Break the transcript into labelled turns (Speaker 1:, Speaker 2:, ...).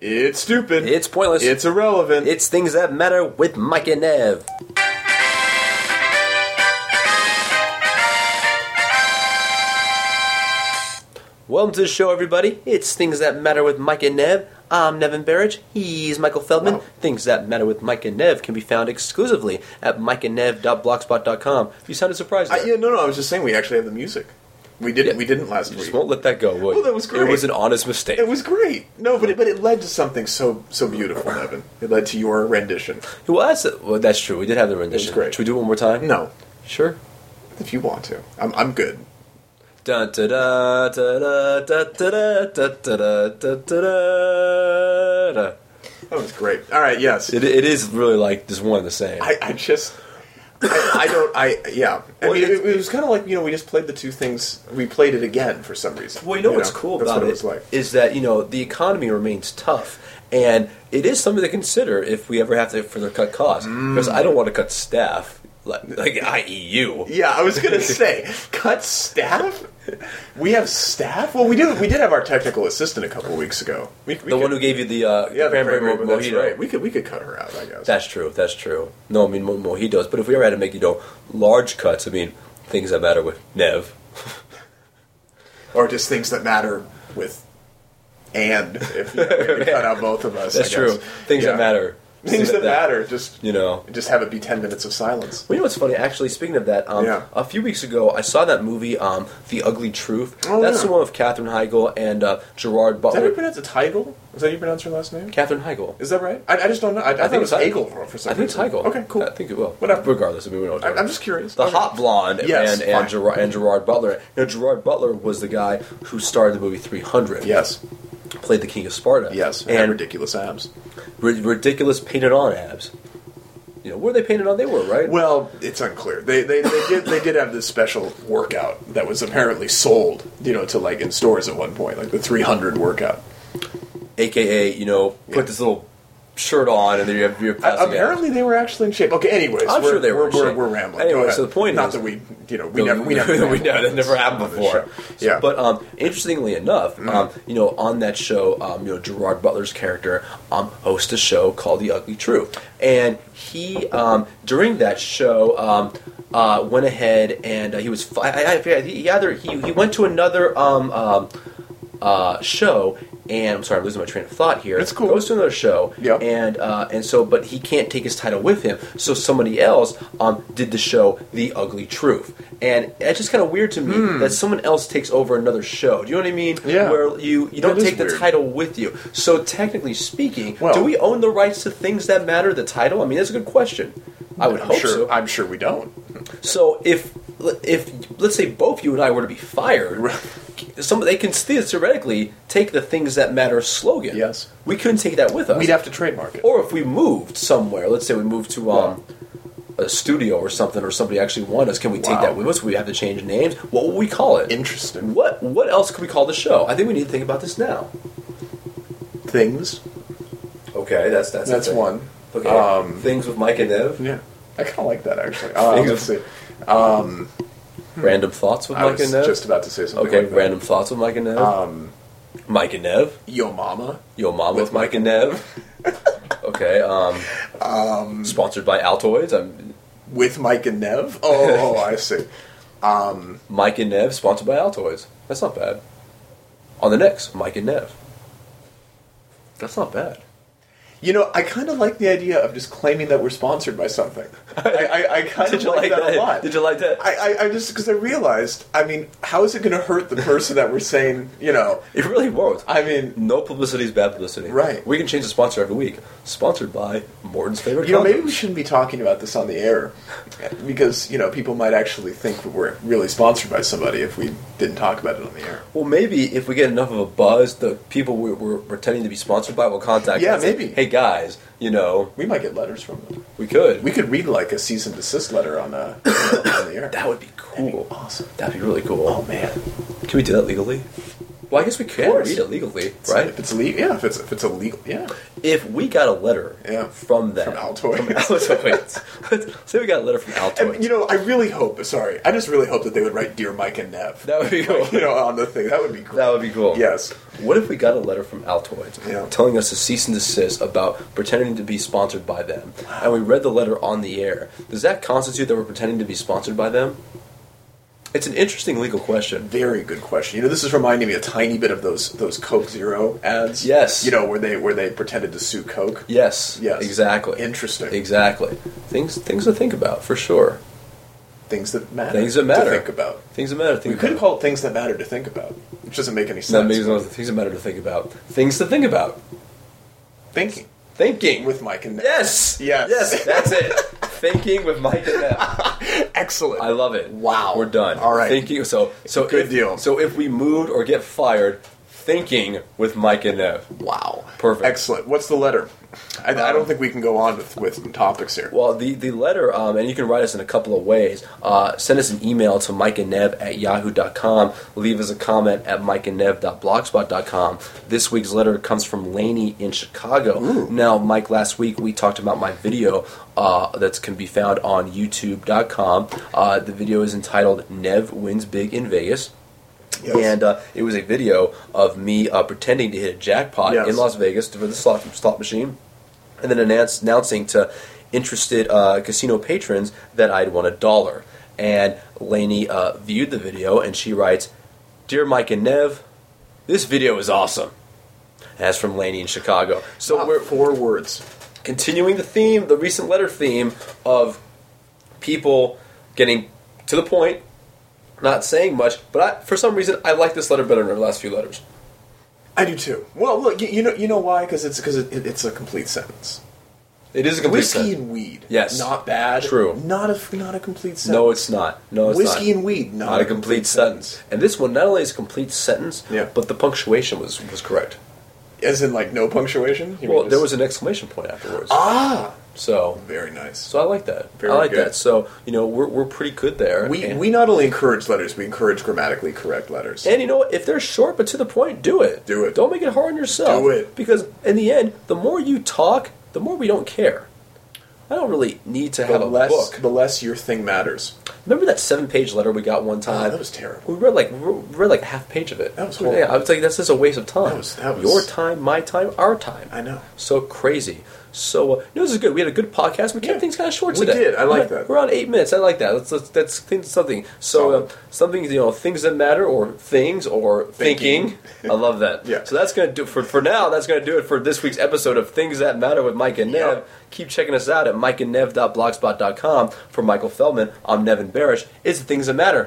Speaker 1: It's stupid.
Speaker 2: It's pointless.
Speaker 1: It's irrelevant.
Speaker 2: It's things that matter with Mike and Nev. Welcome to the show, everybody. It's Things That Matter with Mike and Nev. I'm Nevin Barrage. He's Michael Feldman. Things That Matter with Mike and Nev can be found exclusively at mikeandnev.blogspot.com. You sounded surprised.
Speaker 1: I,
Speaker 2: there.
Speaker 1: yeah, no, no. I was just saying we actually have the music. We didn't.
Speaker 2: Yeah.
Speaker 1: We didn't last
Speaker 2: You just
Speaker 1: week.
Speaker 2: won't let that go, will you?
Speaker 1: that was
Speaker 2: It
Speaker 1: great.
Speaker 2: was an honest mistake.
Speaker 1: It was great. No, but it, but it led to something so so beautiful, Evan. It led to your rendition.
Speaker 2: well, that's, well, that's true. We did have the rendition.
Speaker 1: great.
Speaker 2: Should we do it one more time?
Speaker 1: No,
Speaker 2: Sure.
Speaker 1: if you want to, I'm I'm good.
Speaker 2: Dun, da, da, da, da, da, da, da, da, da, da, da, da.
Speaker 1: That was great. All right. Yes.
Speaker 2: It, it is really like just one and the same.
Speaker 1: I, I just. I, I don't. I yeah. I
Speaker 2: Well,
Speaker 1: mean,
Speaker 2: it's-
Speaker 1: it, it was kind of like you know we just played the two things. We played it again for some reason.
Speaker 2: Well, you know what's cool
Speaker 1: that's
Speaker 2: about
Speaker 1: what
Speaker 2: it
Speaker 1: was like.
Speaker 2: is that you know the economy remains tough, and it is something to consider if we ever have to further cut costs. Because I don't want to cut staff, like, like i.e. you.
Speaker 1: Yeah, I was gonna say, cut staff. We have staff. Well, we do. We did have our technical assistant a couple weeks ago. We, we
Speaker 2: the one who gave you the uh,
Speaker 1: yeah, the
Speaker 2: cranberry,
Speaker 1: cranberry
Speaker 2: mo-
Speaker 1: mo- that's
Speaker 2: mojito.
Speaker 1: right. We could we could cut her out. I guess.
Speaker 2: That's true. That's true. No, I mean mo- mojitos. But if we ever had to make you know large cuts, I mean things that matter with Nev.
Speaker 1: or just things that matter with. And if you know, we could cut out both of us,
Speaker 2: That's
Speaker 1: I guess.
Speaker 2: true. Things
Speaker 1: Yeah.
Speaker 2: that matter.
Speaker 1: Things that, matter. Just
Speaker 2: You know.
Speaker 1: just have it be ten minutes of silence.
Speaker 2: Well, you know what's funny? Actually, speaking of that, um,
Speaker 1: Yeah.
Speaker 2: a few weeks ago I saw that movie, um, The Ugly Truth.
Speaker 1: Oh,
Speaker 2: That's
Speaker 1: yeah.
Speaker 2: the one with Katherine Heigl and uh, Gerard
Speaker 1: Is that how you
Speaker 2: Butler.
Speaker 1: pronounce it? Heigl? Is that how you pronounce her last name?
Speaker 2: Katherine Heigl.
Speaker 1: Is that right? I, I just don't know. I, I, thought it was
Speaker 2: it's
Speaker 1: Hegel for, for some
Speaker 2: I think it's
Speaker 1: reason.
Speaker 2: Heigl.
Speaker 1: Okay, cool.
Speaker 2: I think it will.
Speaker 1: Whatever.
Speaker 2: Regardless, I mean, we don't.
Speaker 1: I, I'm just curious.
Speaker 2: The
Speaker 1: Okay.
Speaker 2: hot blonde
Speaker 1: Yes,
Speaker 2: and and
Speaker 1: fine.
Speaker 2: Gerard, and Gerard Butler. Now, Gerard Butler was the guy who starred in the movie 300.
Speaker 1: Yes,
Speaker 2: Played the King of Sparta.
Speaker 1: yes, and,
Speaker 2: And
Speaker 1: ridiculous abs.
Speaker 2: ri- ridiculous painted on abs. You know, were they painted on? They were, right?
Speaker 1: Well, it's unclear. They, they they did they did have this special workout that was apparently sold, you know, to like in stores at one point, like the 300 workout.
Speaker 2: AKA, you know, put
Speaker 1: Yeah.
Speaker 2: this little shirt on and then you have your
Speaker 1: A-
Speaker 2: passing abs.
Speaker 1: apparently, they were actually in shape. Okay, anyways,
Speaker 2: I'm
Speaker 1: we're,
Speaker 2: sure they were
Speaker 1: we're,
Speaker 2: in
Speaker 1: we're,
Speaker 2: shape.
Speaker 1: we're rambling.
Speaker 2: Anyway,
Speaker 1: Go ahead.
Speaker 2: so the point
Speaker 1: not
Speaker 2: is-
Speaker 1: that we you know we
Speaker 2: No,
Speaker 1: never we never
Speaker 2: we
Speaker 1: ramble
Speaker 2: know that
Speaker 1: on this-
Speaker 2: never happened
Speaker 1: on this
Speaker 2: before.
Speaker 1: show. Yeah, Mm-hmm.
Speaker 2: but um, interestingly enough, um, you know, on that show, um, you know, Gerard Butler's character um, hosts a show called The Ugly Truth, and he um, during that show. Um, uh, went ahead and uh, he was. Fi- I, I, I- he either he, he went to another um, um, uh, show, and I'm sorry, I'm losing my train of thought here.
Speaker 1: That's cool.
Speaker 2: Goes to another show,
Speaker 1: Yep.
Speaker 2: and uh, and so, but he can't take his title with him. So somebody else um, did the show, The Ugly Truth, and it's just kind of weird to me that someone else takes over another show. Do you know what I mean?
Speaker 1: Hmm. Yeah.
Speaker 2: Where you you
Speaker 1: That
Speaker 2: don't
Speaker 1: is
Speaker 2: take the
Speaker 1: weird.
Speaker 2: title with you. So technically speaking,
Speaker 1: Well-
Speaker 2: do we own the rights to things that matter? The title? I mean, that's a good question. I would
Speaker 1: I'm
Speaker 2: hope
Speaker 1: sure
Speaker 2: so.
Speaker 1: I'm sure we don't.
Speaker 2: So if if let's say both you and I were to be fired,
Speaker 1: Right.
Speaker 2: some they can still theoretically take the things that matter slogan.
Speaker 1: Yes.
Speaker 2: we couldn't take that with us.
Speaker 1: We'd have to trademark it.
Speaker 2: or if we moved somewhere, let's say we moved to um, a studio or something, or somebody actually wanted us, can we take
Speaker 1: Wow.
Speaker 2: that with us? We have to change names. What would we call it?
Speaker 1: Interesting.
Speaker 2: What what else could we call the show? I think we need to think about this now.
Speaker 1: things.
Speaker 2: Okay, that's that's
Speaker 1: That's one.
Speaker 2: Okay,
Speaker 1: Um,
Speaker 2: things with Mike and Ev.
Speaker 1: Yeah, I kind of like that actually. Uh,
Speaker 2: Things-
Speaker 1: let's see.
Speaker 2: Random thoughts with
Speaker 1: I
Speaker 2: Mike
Speaker 1: was
Speaker 2: and Ev.
Speaker 1: just about to say something.
Speaker 2: okay,
Speaker 1: like that.
Speaker 2: random thoughts with Mike and Ev.
Speaker 1: Um,
Speaker 2: Mike and Ev.
Speaker 1: Yo Mama.
Speaker 2: Yo Mama with Mike and Nev. okay. Um, sponsored by Altoids. I'm
Speaker 1: With Mike and Nev. Oh, I see.
Speaker 2: Mike and Nev sponsored by Altoids. That's not bad. On the next, Mike and Nev. That's not bad.
Speaker 1: You know, I kind of like the idea of just claiming that we're sponsored by something. I, I, I kind
Speaker 2: Did
Speaker 1: of
Speaker 2: you
Speaker 1: like,
Speaker 2: like
Speaker 1: that, a lot.
Speaker 2: Did you like that?
Speaker 1: I, I, I just because I realized. I mean, how is it going to hurt the person that we're saying? You know,
Speaker 2: it really won't.
Speaker 1: I mean,
Speaker 2: no publicity is bad publicity.
Speaker 1: Right.
Speaker 2: We can change the sponsor every week. Sponsored by Morton's favorite.
Speaker 1: you know,
Speaker 2: condoms.
Speaker 1: maybe we shouldn't be talking about this on the air because you know people might actually think that we're really sponsored by somebody if we didn't talk about it on the air.
Speaker 2: Well, maybe if we get enough of a buzz, the people we're, we're pretending to be sponsored by will contact
Speaker 1: Yeah,
Speaker 2: us. and say,
Speaker 1: maybe.
Speaker 2: Hey guys, you know
Speaker 1: We might get letters from them.
Speaker 2: we could.
Speaker 1: We could read like a cease and desist letter on, uh, on the air.
Speaker 2: that would be cool.
Speaker 1: awesome.
Speaker 2: That'd be really cool.
Speaker 1: Oh man,
Speaker 2: Can we do that legally? Well, I guess we can
Speaker 1: course.
Speaker 2: read it legally,
Speaker 1: right?
Speaker 2: right?
Speaker 1: If it's legal, yeah. If it's if it's illegal, yeah.
Speaker 2: If we got a letter
Speaker 1: Yeah.
Speaker 2: from them,
Speaker 1: From Altoids.
Speaker 2: from Altoids. Let's say we got a letter from Altoids.
Speaker 1: And, you know, I really hope. Sorry, I just really hope that they would write "Dear Mike and Nev."
Speaker 2: That would be cool.
Speaker 1: you know, on the thing. That would be cool.
Speaker 2: That would be cool.
Speaker 1: Yes.
Speaker 2: What if we got a letter from Altoids
Speaker 1: Yeah.
Speaker 2: telling us to cease and desist about pretending to be sponsored by them, and we read the letter on the air? Does that constitute that we're pretending to be sponsored by them? It's an interesting legal question.
Speaker 1: Very good question. You know, this is reminding me a tiny bit of those those Coke Zero ads.
Speaker 2: Yes.
Speaker 1: You know, where they where they pretended to sue Coke.
Speaker 2: Yes.
Speaker 1: Yes.
Speaker 2: Exactly.
Speaker 1: Interesting.
Speaker 2: Exactly. Things things to think about for sure.
Speaker 1: Things that matter.
Speaker 2: Things that matter.
Speaker 1: To think about.
Speaker 2: Things that matter. to Think
Speaker 1: We could
Speaker 2: about.
Speaker 1: call it things that matter to think about, which doesn't make any sense.
Speaker 2: That makes no sense. things that matter to think about. Things to think about.
Speaker 1: Thinking
Speaker 2: Thinking
Speaker 1: with Mike and Nev.
Speaker 2: yes,
Speaker 1: Yes.
Speaker 2: yes. That's it. Thinking with Mike and Nev.
Speaker 1: Excellent.
Speaker 2: I love it.
Speaker 1: Wow.
Speaker 2: We're done.
Speaker 1: All right.
Speaker 2: Thank you. So so
Speaker 1: Good
Speaker 2: if,
Speaker 1: deal.
Speaker 2: So if we moved or get fired, thinking with Mike and Nev.
Speaker 1: Wow.
Speaker 2: Perfect.
Speaker 1: Excellent. What's the letter? I, I
Speaker 2: Um,
Speaker 1: don't think we can go on with, with topics here.
Speaker 2: Well, the, the letter, um, and you can write us in a couple of ways. Uh, send us an email to mikeandnev at yahoo.com. Leave us a comment at mikeandnev.blogspot.com. This week's letter comes from Laney in Chicago. Now, Mike, last week we talked about my video uh, that can be found on youtube.com. Uh, the video is entitled Nev Wins Big in Vegas.
Speaker 1: Yes.
Speaker 2: And uh, it was a video of me uh, pretending to hit a jackpot
Speaker 1: Yes.
Speaker 2: in Las Vegas for the slot, slot machine, and then announce, announcing to interested uh, casino patrons that I'd won a dollar. And Lainey uh, viewed the video and she writes, "Dear Mike and Nev, this video is awesome." And That's from Lainey in Chicago. So
Speaker 1: Wow,
Speaker 2: we're
Speaker 1: four words.
Speaker 2: continuing the theme, the recent letter theme of people getting to the point, not saying much, but I, for some reason I like this letter better than the last few letters.
Speaker 1: I do too. Well, look, you, you know, you know why? Because it's because it, it's a complete sentence.
Speaker 2: It is a complete
Speaker 1: Whiskey
Speaker 2: sentence.
Speaker 1: and weed.
Speaker 2: Yes.
Speaker 1: not bad.
Speaker 2: True.
Speaker 1: Not a not a complete sentence.
Speaker 2: No, it's not. No, it's
Speaker 1: whiskey
Speaker 2: not.
Speaker 1: and weed. Not,
Speaker 2: not a complete sentence. And this one not only is a complete sentence,
Speaker 1: Yeah.
Speaker 2: but the punctuation was, was correct.
Speaker 1: As in, like no punctuation. You
Speaker 2: well,
Speaker 1: mean
Speaker 2: there
Speaker 1: just-
Speaker 2: was an exclamation point afterwards.
Speaker 1: ah,
Speaker 2: so
Speaker 1: very nice.
Speaker 2: so I like that.
Speaker 1: Very
Speaker 2: I like
Speaker 1: good.
Speaker 2: that. So, you know, we're, we're pretty good there.
Speaker 1: We
Speaker 2: and,
Speaker 1: we not only encourage letters, we encourage grammatically correct letters.
Speaker 2: And you know what? If they're short but to the point, do it.
Speaker 1: Do it.
Speaker 2: Don't make it hard on yourself.
Speaker 1: Do it.
Speaker 2: Because in the end, the more you talk, the more we don't care. I don't really need to have
Speaker 1: the
Speaker 2: a
Speaker 1: less
Speaker 2: book.
Speaker 1: the less your thing matters.
Speaker 2: Remember that seven-page letter we got one time?
Speaker 1: Oh, that was terrible.
Speaker 2: We read like we read like half page of it.
Speaker 1: That was horrible.
Speaker 2: yeah. I was like, that's just a waste of time.
Speaker 1: That was- that was-
Speaker 2: Your time, my time, our time.
Speaker 1: I know.
Speaker 2: So crazy. So uh, no, this is good. We had a good podcast. We kept
Speaker 1: Yeah.
Speaker 2: things kind of short
Speaker 1: We
Speaker 2: today.
Speaker 1: did. I like
Speaker 2: We're-
Speaker 1: that.
Speaker 2: We're on eight minutes. I like that. Let's let's, let's think of something. So uh,
Speaker 1: Solid.
Speaker 2: something you know, things that matter, or things, or thinking.
Speaker 1: Thinking.
Speaker 2: I love that.
Speaker 1: Yeah.
Speaker 2: So that's gonna do for for now. That's gonna do it for this week's episode of Things That Matter with Mike and Nev.
Speaker 1: Yep.
Speaker 2: Keep checking us out at mikeandnev.blogspot.com. For Michael Feldman, I'm Nevin Barish. It's the Things That Matter.